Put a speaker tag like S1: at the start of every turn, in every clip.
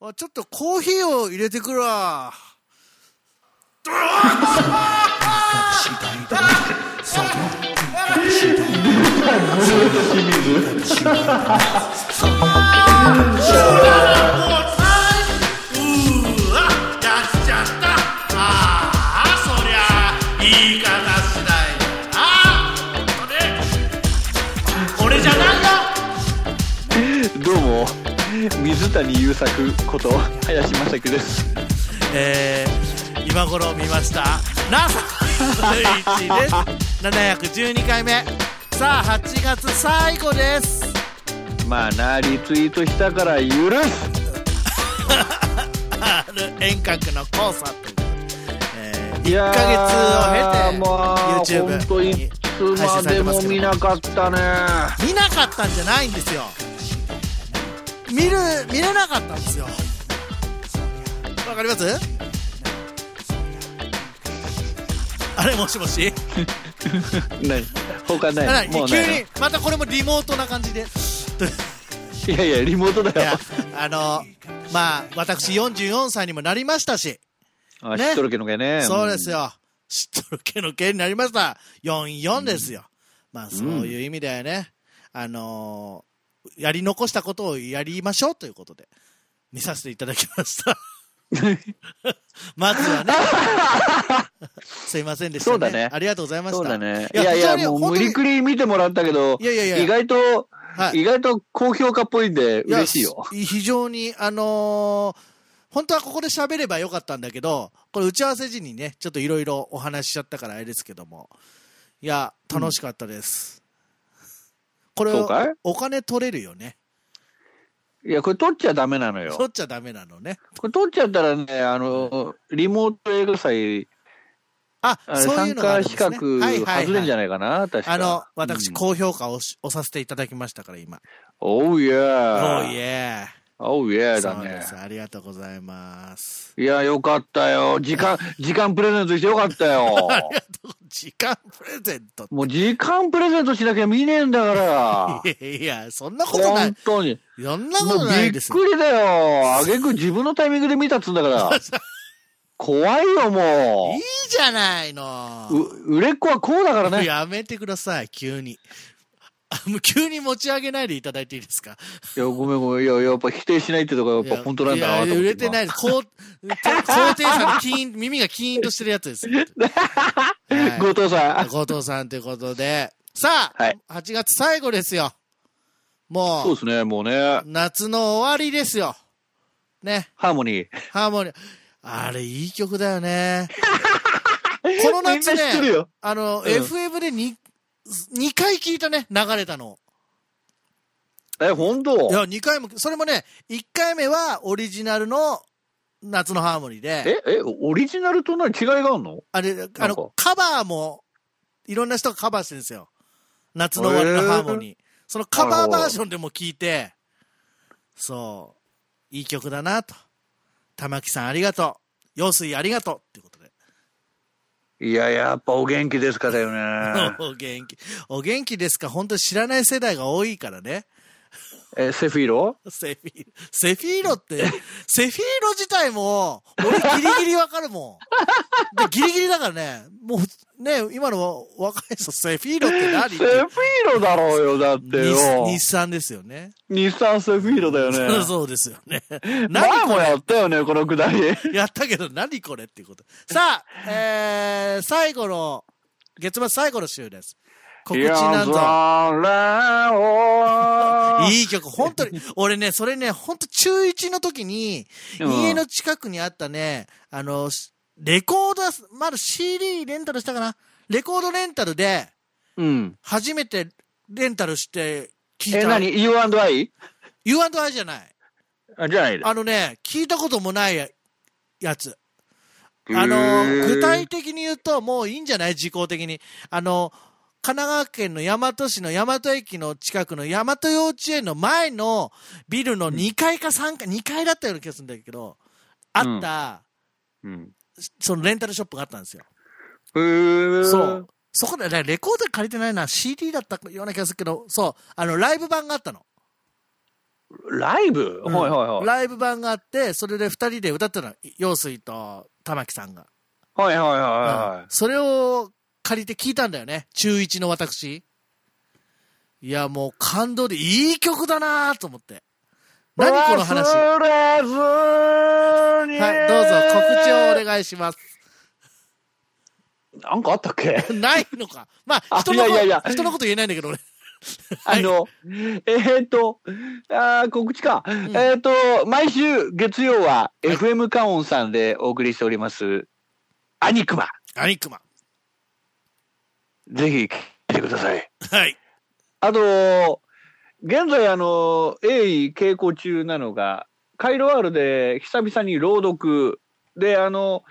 S1: あちょっとコーヒーを入れてくるわ。
S2: うわやっちゃったああそりゃいい方次第だなこれこれじゃないよ
S3: どうも水谷優作こと林正樹です
S1: えー、今頃見ました。ナサ1です。712回目。さあ、8月最後です。
S3: まあなリツイートしたから許す
S1: ある遠隔の交差ということでえー、
S3: いや
S1: 1ヶ月を経て、
S3: ーまあ、本当
S1: YouTube
S3: い
S1: に
S3: つ
S1: 配信
S3: ま
S1: され
S3: で
S1: てます
S3: も
S1: けど
S3: 見なかったね
S1: 見なかったんじゃないんですよ見る見れなかったんですよわかりますあれもしもし
S3: ない他
S1: あ
S3: な
S1: ら
S3: いもう
S1: 急
S3: ない
S1: にまたこれもリモートな感じで
S3: いやいやリモート
S1: い
S3: だ
S1: や
S3: よ
S1: あのまあ私44歳にもなりましたし
S3: あ
S1: ね
S3: 知っとるけどね
S1: そうですよ。知っとるけのけになりました。44ですよ。まあ、そういう意味ではね、あのーやり残したことをやりましょうということで、見させていただきま した。まずはね。すいませんでした、ね。
S3: そうだね
S1: ありがとうございました。
S3: そうだね
S1: い
S3: い
S1: や
S3: やい
S1: 非常
S3: や
S1: に
S3: も
S1: 本
S3: う
S1: 当
S3: 無
S1: に
S3: 理くり見てもらったけど
S1: いやいやいや
S3: 意外と
S1: はい
S3: 意外と高評価っぽいんで
S1: や
S3: 嬉しいよ
S1: 非常に、あのー本当はここで喋ればよかったんだけど、これ打ち合わせ時にね、ちょっといろいろお話ししちゃったからあれですけども。いや、楽しかったです。これ
S3: そう
S1: を
S3: かい
S1: お金取れるよね。
S3: いやこれ撮っちゃダメなのよ
S1: 取っちゃダメなのね。
S3: これ撮っちゃったらね、あの、リモート映画祭、
S1: あ、
S3: あれ
S1: そういう
S3: 参
S1: のがある
S3: 加
S1: んで
S3: 資
S1: すね。
S3: 格外れんじゃ
S1: ない
S3: ないかな、確か
S1: あの、私、
S3: うん
S1: 高評価をし押させていただきましたから、今。
S3: おうい
S1: お
S3: や
S1: ーいえ。
S3: おういやだ
S1: そう
S3: ね
S1: で。す。ありがとうございます。
S3: いや、よかったよ。時間、時間プレゼントしてよかった よ。
S1: ありがとう。時間プレゼント。
S3: もう時間プレゼントしなきゃ見ねえんだから。
S1: いやいや、そんなことない
S3: 本。当に。
S1: そんなこ
S3: も
S1: と
S3: う
S1: な
S3: び
S1: い
S3: っ
S1: です。
S3: くりだよ。あげく自分のタイミングで見たっつうん だから。怖いよ、
S1: い
S3: も
S1: いじゃないの
S3: う。。う売れっ子はこうだからね。
S1: やめてください、急に。あもう急に持ち上げないでいただいていいですか
S3: いや、ごめんごめん。いや、やっぱ否定しないってとこはやっぱ本当なんだなと
S1: い
S3: 思
S1: や
S3: って。
S1: 売れてないです。こう、高低差のキーン、耳がキーンとしてるやつです。はい
S3: 後藤さん。
S1: 後藤さんということで。さあ、
S3: はい
S1: 8月最後ですよ。
S3: そう
S1: もう、
S3: ですね、もうね。
S1: 夏の終わりですよ。ね、
S3: ハーモニー。
S1: ハーモニー。あれ、いい曲だよね。この
S3: みんな知
S1: 夏
S3: ってる
S1: ね、
S3: よ。
S1: あの、FM で 2, 2回聞いたね、流れたの。
S3: え、本当
S1: いや、2回も、それもね、1回目はオリジナルの夏のハーモニーで、
S3: え、え、オリジナルと何違いがあるの
S1: あれ、あ
S3: なんか
S1: の、カバーも、いろんな人がカバーしてるんですよ。夏の終わりのハーモニー。そのカバーバージョンでも聞いて、そう、いい曲だなと。玉木さんありがとう。陽水ありがとう。っていうことで。
S3: いや、やっぱお元気ですかだ よね。
S1: お元気。お元気ですか本当に知らない世代が多いからね。
S3: え、セフィーロ
S1: セフィーロ。セフィーロって、セフィーロ自体も、俺ギリギリわかるもん。 で、ギリギリだからね、もう、ね、今の若い人、セフィーロって何っ
S3: セフ
S1: て
S3: ィーロだろうよ、だって
S1: 日
S3: よ。
S1: 日産ですよね。
S3: 日産セフィーロだよ
S1: そう
S3: ね。
S1: そうですよね。
S3: 前
S1: 何こ
S3: も
S1: れ
S3: やったよね、このくだり。
S1: やったけど、何これっていうこと。さあ、えー、最後の、月末最後の週です。 告知なんぞ。
S3: ぞ。
S1: いい曲、本 当に。俺ね、それね、本当中1の時に、
S3: うん
S1: 家の近くにあったね、あの、しレコードは、まだ CD レンタルしたかなレコードレンタルで、
S3: うん。
S1: 初めてレンタルして聞い
S3: え、
S1: た。
S3: 何 ?U&I?
S1: ?U&I じゃない。
S3: あ、じゃない
S1: あのね、聞いたこともないややつ。
S3: へー
S1: あの、具体的に言うと、もういいんじゃない時効的に。あの、神奈川県の大和市の大和駅の近くの大和幼稚園の前のビルの2階か3階、2階だったような気がするんだけど、あった、
S3: うん。
S1: そのレンタルショップがあったんですよ。
S3: へー
S1: そう。。そこで、ね、レコード借りてないな、CD だったような気がするけど、そう、あの、ライブ版があったの。
S3: ライブ、
S1: うん
S3: はいはいはい。
S1: ライブ版があって、それで二人で歌ったの、陽水と玉木さんが。
S3: はいはいはい
S1: うん
S3: は
S1: それを借りて聞いたんだよね。中1の私。いや、もう感動で、いい曲だなと思って。
S3: い。
S1: 何この話。は
S3: 忘れずに
S1: い、どうぞ告知をお願いします。
S3: なんかあったっけ
S1: ないのか。まあ、
S3: あ
S1: 人のこ
S3: いやいやいや
S1: 人のこと言えないんだけど、俺。 は
S3: あ
S1: い
S3: の、えっと、あー告知か。えっと、毎週月曜は FM カオンさんでお送りしております、アニクマ。
S1: アニックマ
S3: ぜひ聞いてください。
S1: ン。はい。
S3: あと、現在、あの、鋭意稽古中なのが、カイロワールで久々に朗読、で、あの、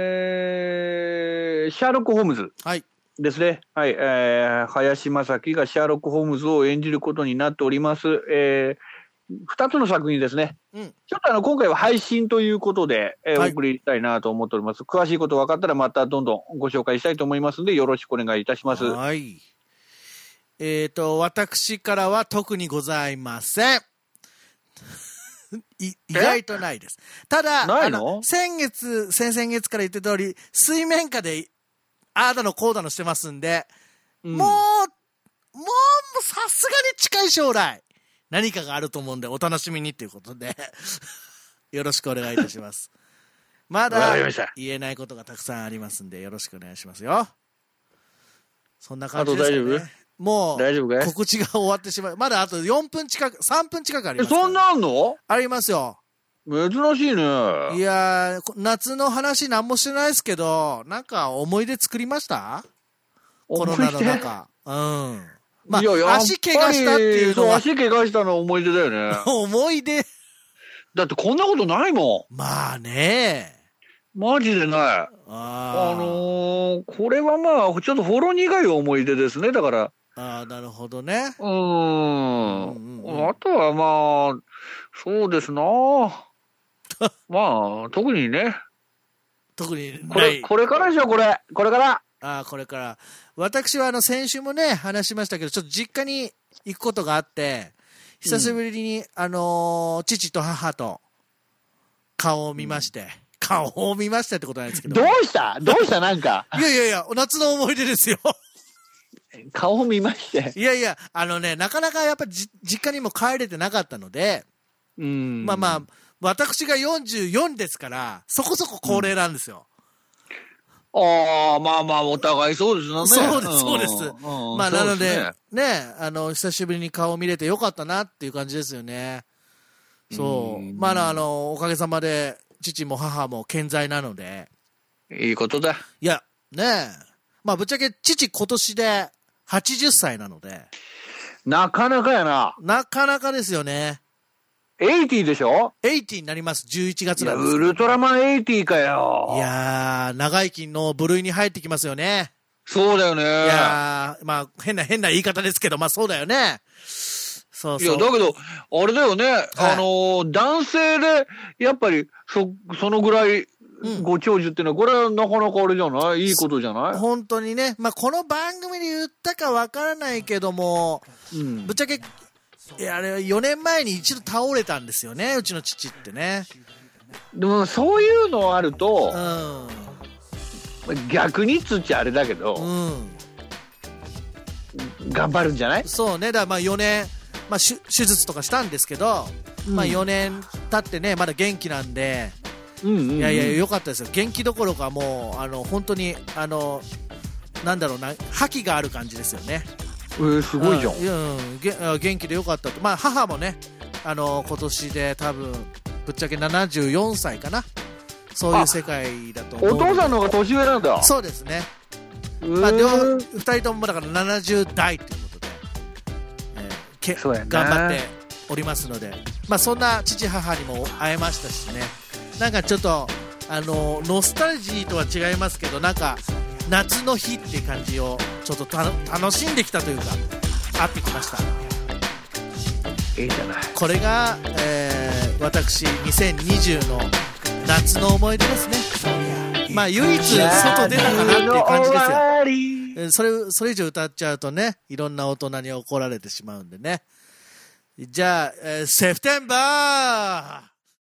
S3: えーシャーロック・ホームズ
S1: はい。
S3: ですね。はい、えー林正樹がシャーロック・ホームズを演じることになっております。えー、二つの作品ですね。
S1: うん
S3: ちょっとあの、今回は配信ということで、えー
S1: はい
S3: お送りしたいなと思っております。詳しいこと分かったら、またどんどんご紹介したいと思いますので、よろしくお願いいたします。は
S1: はい。えっ、と、私からは特にございません。い意外とないです。ただ、
S3: な
S1: あ
S3: いの
S1: の先月、先々月から言ってた通り、水面下で、ああだのこうだのしてますんで、
S3: うん
S1: もう、もう、さすがに近い将来、何かがあると思うんで、お楽しみにということで、 よろしくお願いいたし ます。まだ
S3: わかりました、
S1: 言えないことがたくさんありますんで、よろしくお願いしますよ。そんな感
S3: あ
S1: じ
S3: と
S1: です
S3: 大
S1: か
S3: 丈夫
S1: ね。も
S3: 大
S1: う、
S3: 丈夫かい
S1: 告知が終わってしまう。まだあと4分近く、3分近くあり
S3: え、
S1: ますから。
S3: そんなあんの
S1: ありますよ。
S3: 珍しいね。
S1: いやー、こ夏の話なんもしてないですけど、なんか思い出作りましたコロナの
S3: 思い出
S1: 中。うん。まあ
S3: いややっぱり
S1: 足怪我したっていうのは。
S3: そう、足怪我したのは思い出だよね
S1: 思い出。
S3: だってこんなことないも
S1: まあね。
S3: ん。マジでない。あ
S1: あー
S3: のーこれはまあ、ちょっとほろ苦い思い出ですね、だから。
S1: あーなるほどね。
S3: うー
S1: うん
S3: ん。
S1: うんうん
S3: あとはまあ、そうで すな。まあ、特にね。
S1: 特に
S3: こ
S1: な
S3: れ、
S1: い。
S3: これからでしょ、これ。これから。
S1: あーこれから。私はあの先週もね、話しましたけど、ちょっと実家に行くことがあって、久しぶりに、あのー父と母と顔を見まして、顔を見ましてってことないですけど。
S3: どうしたどうしたなんか。
S1: いやいやいや、夏の思い出ですよ。
S3: 顔見まして。
S1: いやいや、あのね、なかなかやっぱじ実家にも帰れてなかったので、
S3: うん。
S1: まあまあ、私が44ですから、そこそこ高齢なんですよ。
S3: ああ、まあまあ、お互いそうですよね。
S1: そうですそうです
S3: んうん
S1: まあ、なの
S3: そうす
S1: で
S3: ね、
S1: ねあの、久しぶりに顔見れてよかったなっていう感じですよね。そうう。
S3: ん
S1: まあ、あの、おかげさまで、父も母も健在なので、
S3: いいことだ。
S1: いや、ねえ、まあ、ぶっちゃけ父今年で80歳なので、
S3: なかなかやな。
S1: なかなかですよね。
S3: 80でしょ
S1: 80になります、11
S3: い
S1: 月
S3: や
S1: なんです
S3: ウ
S1: けど
S3: ルトラマン80かよ。
S1: いやー、長生きの部類に入ってきますよね。
S3: そうだよね。い
S1: い
S3: や、
S1: やー、まあ、変な、変な言い方ですけど、まあ、そうだよね。そうそう。
S3: だけど、あれだよね。
S1: い
S3: あのー、男性で、やっぱり、そ、そのぐらい
S1: うん、
S3: ご長寿っていうのは、これはなかなかあれじゃないいいことじゃない
S1: 本当にね、まあ、この番組で言ったかわからないけども、
S3: うん
S1: ぶっ。ちゃけ、いやあれ4年前に一度倒れたんですよね、うちの父ってね。
S3: でも、そういうのあると
S1: う、ん。
S3: 逆にっつっちゃあれだけど、
S1: うん。
S3: 頑張るんじゃない
S1: そうね、だからまあ4年、まあ、手手術とかしたんですけど、まあ4年経ってね、まだ元気なんで、
S3: うんうんうん。
S1: いやいや、良かったですよ。元気どころかもう、あの、本当に、あの、なんだろうな、覇気がある感じですよね。
S3: えーすごいじゃん
S1: う。ん、うんげあ元気でよかったとまあ母もねあの今年で多分ぶっちゃけ74歳かなそういう世界だと思う
S3: お父さん
S1: の
S3: の方が年上なんだ。
S1: そうですね、
S3: ま
S1: まあ、両方2人ともだから70代ということで、えーけ
S3: そうやな
S1: 頑張っておりますので、まあ、そんな父母にも会えましたしねなんかちょっとあのノスタルジーとは違いますけどなんか夏の日って感じをちょっとた楽しんできたというか会ってきました。
S3: いいじゃない。
S1: これが、えー私2020の夏の思い出ですねまあ唯一外出たかなっていう感じですよ
S3: じ
S1: えーそれそれ以上歌っちゃうとねいろんな大人に怒られてしまうんでねじゃあ、えーセプテンバー